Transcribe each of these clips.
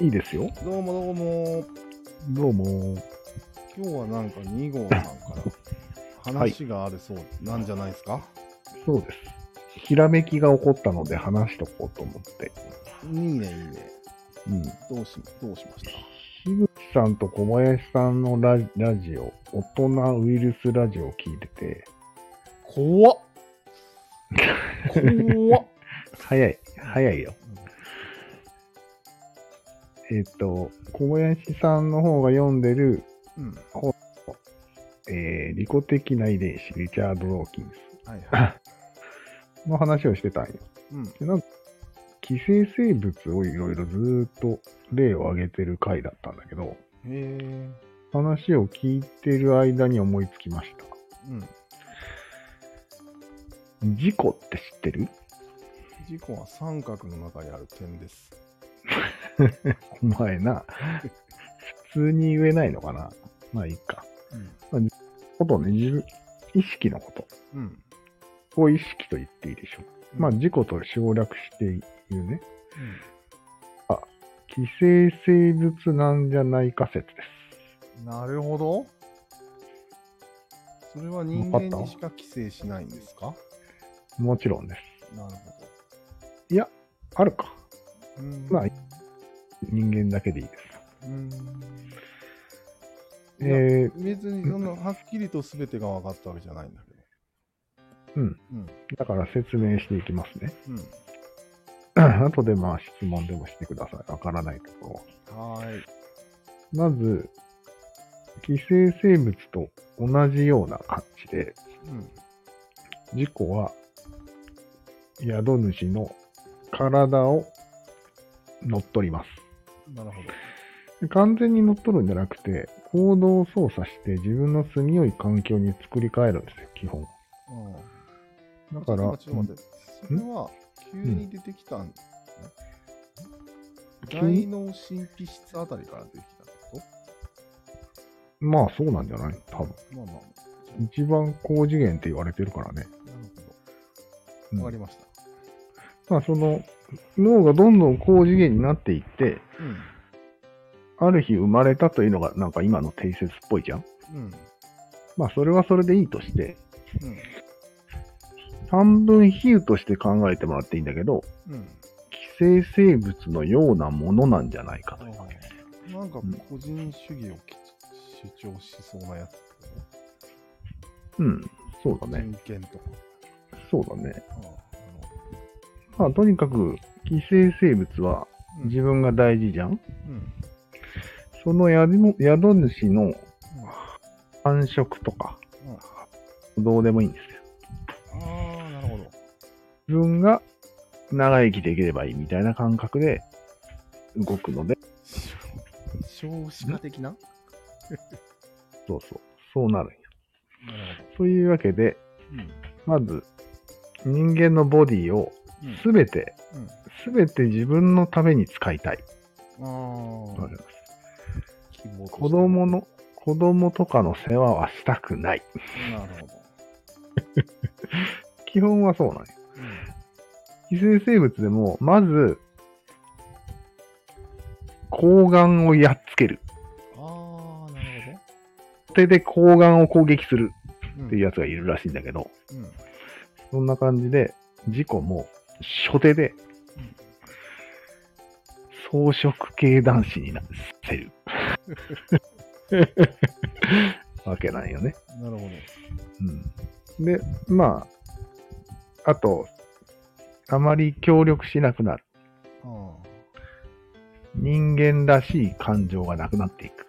いいですよ。どうもどうも。どうも。今日はなんか2号さんから話があるそうなんじゃないですか、そうです。ひらめきが起こったので話しとこうと思って。い、いねいいね。うん。どうしどうしました樋口さんと小林さんのララジオ、大人ウイルスラジオを聞いてて、怖っ怖っ早い、早いよ。えっ、と、小林さんの方が読んでる、 うん。えー、利己的な遺伝子、リチャード・ドーキンはいはい。スの話をしてたんよ。うん。でなんか寄生生物をいろいろずーっと例を挙げてる回だったんだけど、へえ。話を聞いてる間に思いつきました。うん。事故って知ってる事故は三角の中にある点です。お前な、普通に言えないのかなまあいいか。ことね、自分、意識のこと。うん。うん。を意識と言っていいでしょう。まあ、事故と省略しているね、寄生生物なんじゃないか説です。うんなるほど。それは人間にしか寄生しないんですかもちろんです。なるほあるか。ど。うんまあ人間だけでいいです。うん。いやえ別にそんなはっきりと全てが分かったわけじゃないんだけど。うん。うん。ー、だから説明していきますね。 う後でまあ質問でもしてください。わからないところは。ん。はーい。まず、寄生生物と同じような感じで、うん。事故は宿主の体を乗っ取ります。なるほど。完全に乗っ取るんじゃなくて、行動を操作して自分の住みよい環境に作り変えるんですよ、基本。うん。だから、ちょっと待って、ちょっと待って。それは急に出てきたん、急大に脳神秘質あたりから出てきたってこまあそうなんじゃない多分。とまあまあまあ。一番高次元って言われてるからね。なるほうど。んわかりました。まあその、脳がどんどん高次元になっていって、うん。ある日生まれたというのがなんか今の定説っぽいじゃんうん。まあそれはそれでいいとして、うん。半分比喩として考えてもらっていいんだけど、うん。寄生生物のようなものなんじゃないかと。うんなんか個人主義をき主張しそうなやつ。うん、そうだね。人権とか。そうだね。あああのまあとにかく、寄生生物はうん自分が大事じゃん、うん。その宿の宿主の繁殖とか、うんどうでもいいんですよ。ああ、な るほど。自分が長生きできればいいみたいな感覚で動くので、少子化的なそうそう、そうなるんよ。なるというわけで、ほど。うん。まず、人間のボディをすべて、すべて自分のために使いたい。うん。ああ、希望として子供の、子供とかの世話はしたくない。なるほど。基本はそうなんよ。うん寄生生物でも、まず、睾丸をやっつける。ああ、なる手で睾丸を攻撃するほど。っていうややつがいるらしいんだけど、つ。うん。そんな感じで、事故も初手でうん、草食系男子になせる。わけなんよね。なるほど。うん、で、まあ、あと、あまり協力しなくなる。あ人間らしい感情がなくなっていく。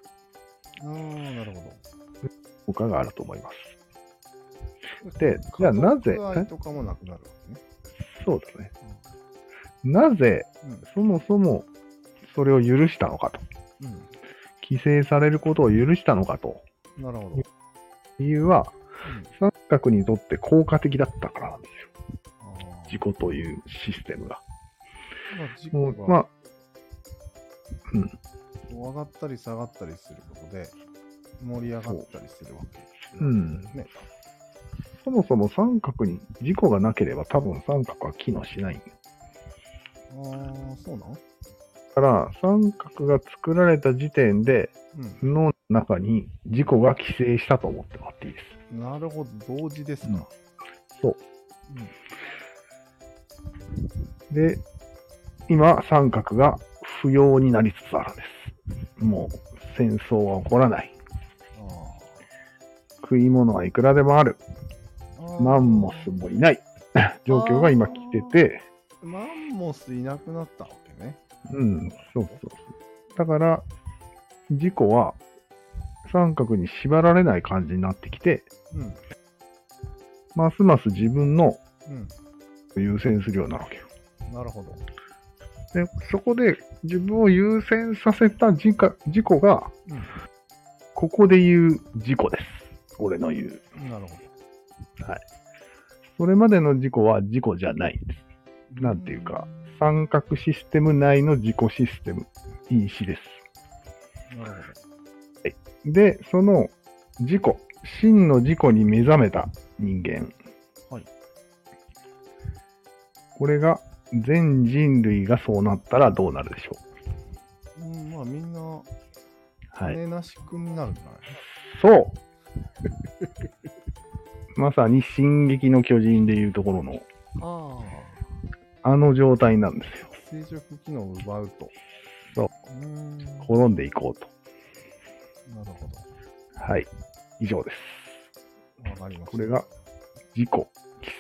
あ、ああなるほ他があると思います。ど。でじゃあなぜ家族愛とかもなくなるわけね。そうだね。なぜ、うんそもそも、それを許したのかと。う規制されることを許したのかと。ん。なるほど。うん理由は、三角にとって効果的だったからなんですよ。ああ自己というシステムが。まあ事も故うまがあ、上がったり下がったりすることで、盛り上がったりするわけ。うんね。そもそも三角に事故がなければ多分三角は機能しないんよ。ああ、そうなんから、三角が作られた時点で、うんの中に事故が寄生したと思ってもらっていいでなるほど、同時ですか。す。そう。で、今、三角が不要になりつつあるんです。もう、戦争は起こらない。うんあ食い物はいくらでもある。ーマンモスもいない。状況が今来てて、マンモスいなくなったわけね。うん、そうそうそう。だから、事故は三角に縛られない感じになってきて、うん。ますます自分のう優先するようになるわけよ。ん。なるほど。で、そこで自分を優先させた事故事故が、うここで言う事故です。俺の言う。ん。なるほそれまでの事故は事故じゃないんです。ど。なんていうか、三角システム内の自己システム、因子です。なるで、その事故、真の事故に目覚めた人間。はいこれが全人類がそうなったらどうなるでしょう。ほど。うん、まあみんな、はい。種なし君になるんじゃない、そう まさに進撃の巨人でいうところのああ。あの状態なんですよ。生殖機能を奪うと。そううーん。なるほ滅んでいこうと。ど。はい。以上です。わかりました。これが事故、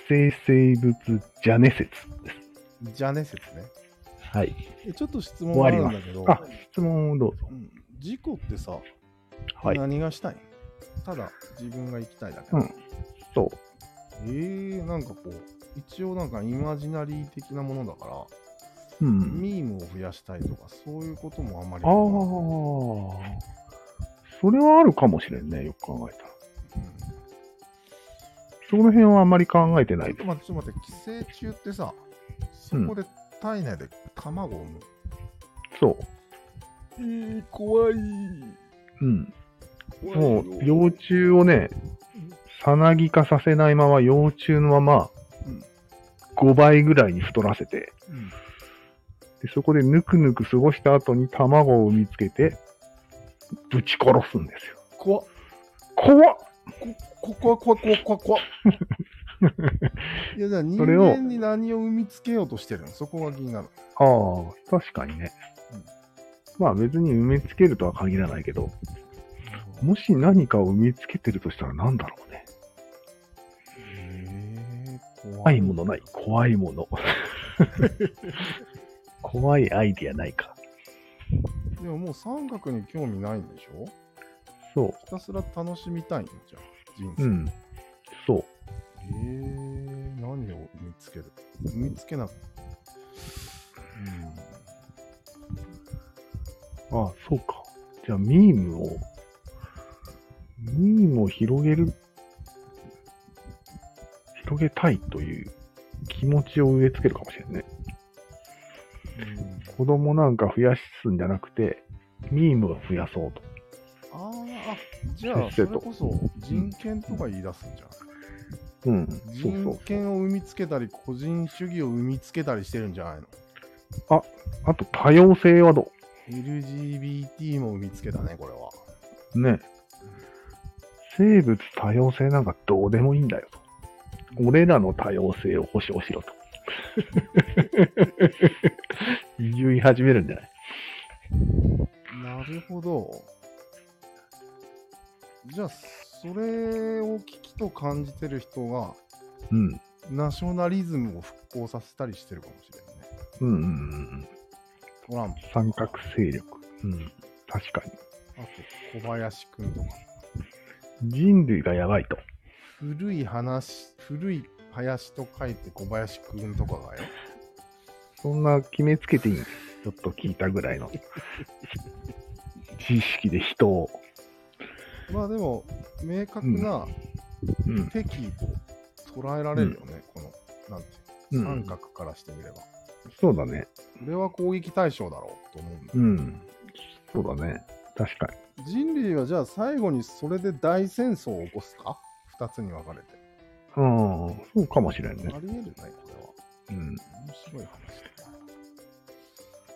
寄生生物ジャネ説です。じゃね説ね。はい。えちょっと質問があるんだけど、あ、質問をどうぞう。ん、事故ってさ、はい。何がしたいただ自分が行きたいだけ。うんそう。えー、なんかこう、一応なんかイマジナリー的なものだから、うん。ミームを増やしたいとか、そういうこともあんまりああ。それはあるかもしれんね。よく考えたら。その辺はあんまり考えてなうんいちょっと待って、ちょっと待って、寄生虫ってさ、そこで体内で卵を産む。そう。えー、怖い。うん。もう、幼虫をね、さなぎ化させないまま、幼虫のままうん、 5倍ぐらいに太らせて、うんでそこでぬくぬく過ごした後に卵を産みつけて、ぶち殺すんですよ。怖っ怖っこ、ここは怖い怖い怖い怖い いや、じゃあ人それを間に何を生みつけようとしてるのそこが気になる。ああ、確かにね。まあ別に埋めつけるとは限らないけど、もし何かを埋めつけてるとしたら何だろうね。えー、怖怖いものない。。怖いも の。怖いアイディアないか。でももう三角に興味ないんでしょそひたすら楽しみたいんじゃん、人う。生。うん。そう。えー、何を見つける見つけなくああ、そうか。じゃあ、ミームを、ミームを広げる、広げたいという気持ちを植え付けるかもしれないね。うん。うん、子供なんか増やすんじゃなくて、ミームを増やそうと。あーあ、じゃあ、それこそ人権とか言い出すんじゃん。うん。そうそ人うそう。権を生みつけたり、個人主義を生みつけたりしてるんじゃないのあと、多様性はど LGBT も見つけたね、これは。うね。生物多様性なんかどうでもいいんだよと。俺らの多様性を保障しろと。言い始めるんじゃないなるほど。じゃあ、それを危機と感じてる人が、うん。ナショナリズムを復興させたりしてるかもしれないね。うんうんうん。トランプ、三角勢力。うん。確かあと小林くんとか。に。人類がやばいと。古い話、古い林と書いて小林くんとかがよ。そんな決めつけていいんです。ちょっと聞いたぐらいの。知識で人を。まあでも、明確なうん。敵意と捉えられるよね、この、なんていううんの三角からしてみれば。そうだね。これは攻撃対象だろうと思うんだようん。そうだね。確かに。人類はじゃあ最後にそれで大戦争を起こすか二つに分かれて。うん。そうかもしれんねあ。りえるね、これは。うん。面白い話だ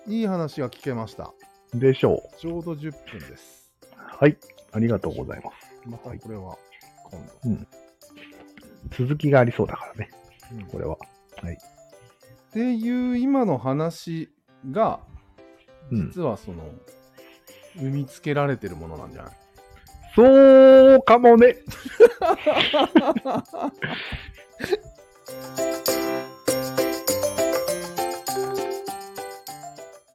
いい話が聞けました。でしょちょうど10分です。う。はい。ありがとうございます。またこれは今度。続きがありそうだからね、うんこれは。はい。っていう今の話が、うん。実はその、生みつけられてるものなんじゃないそうかもね。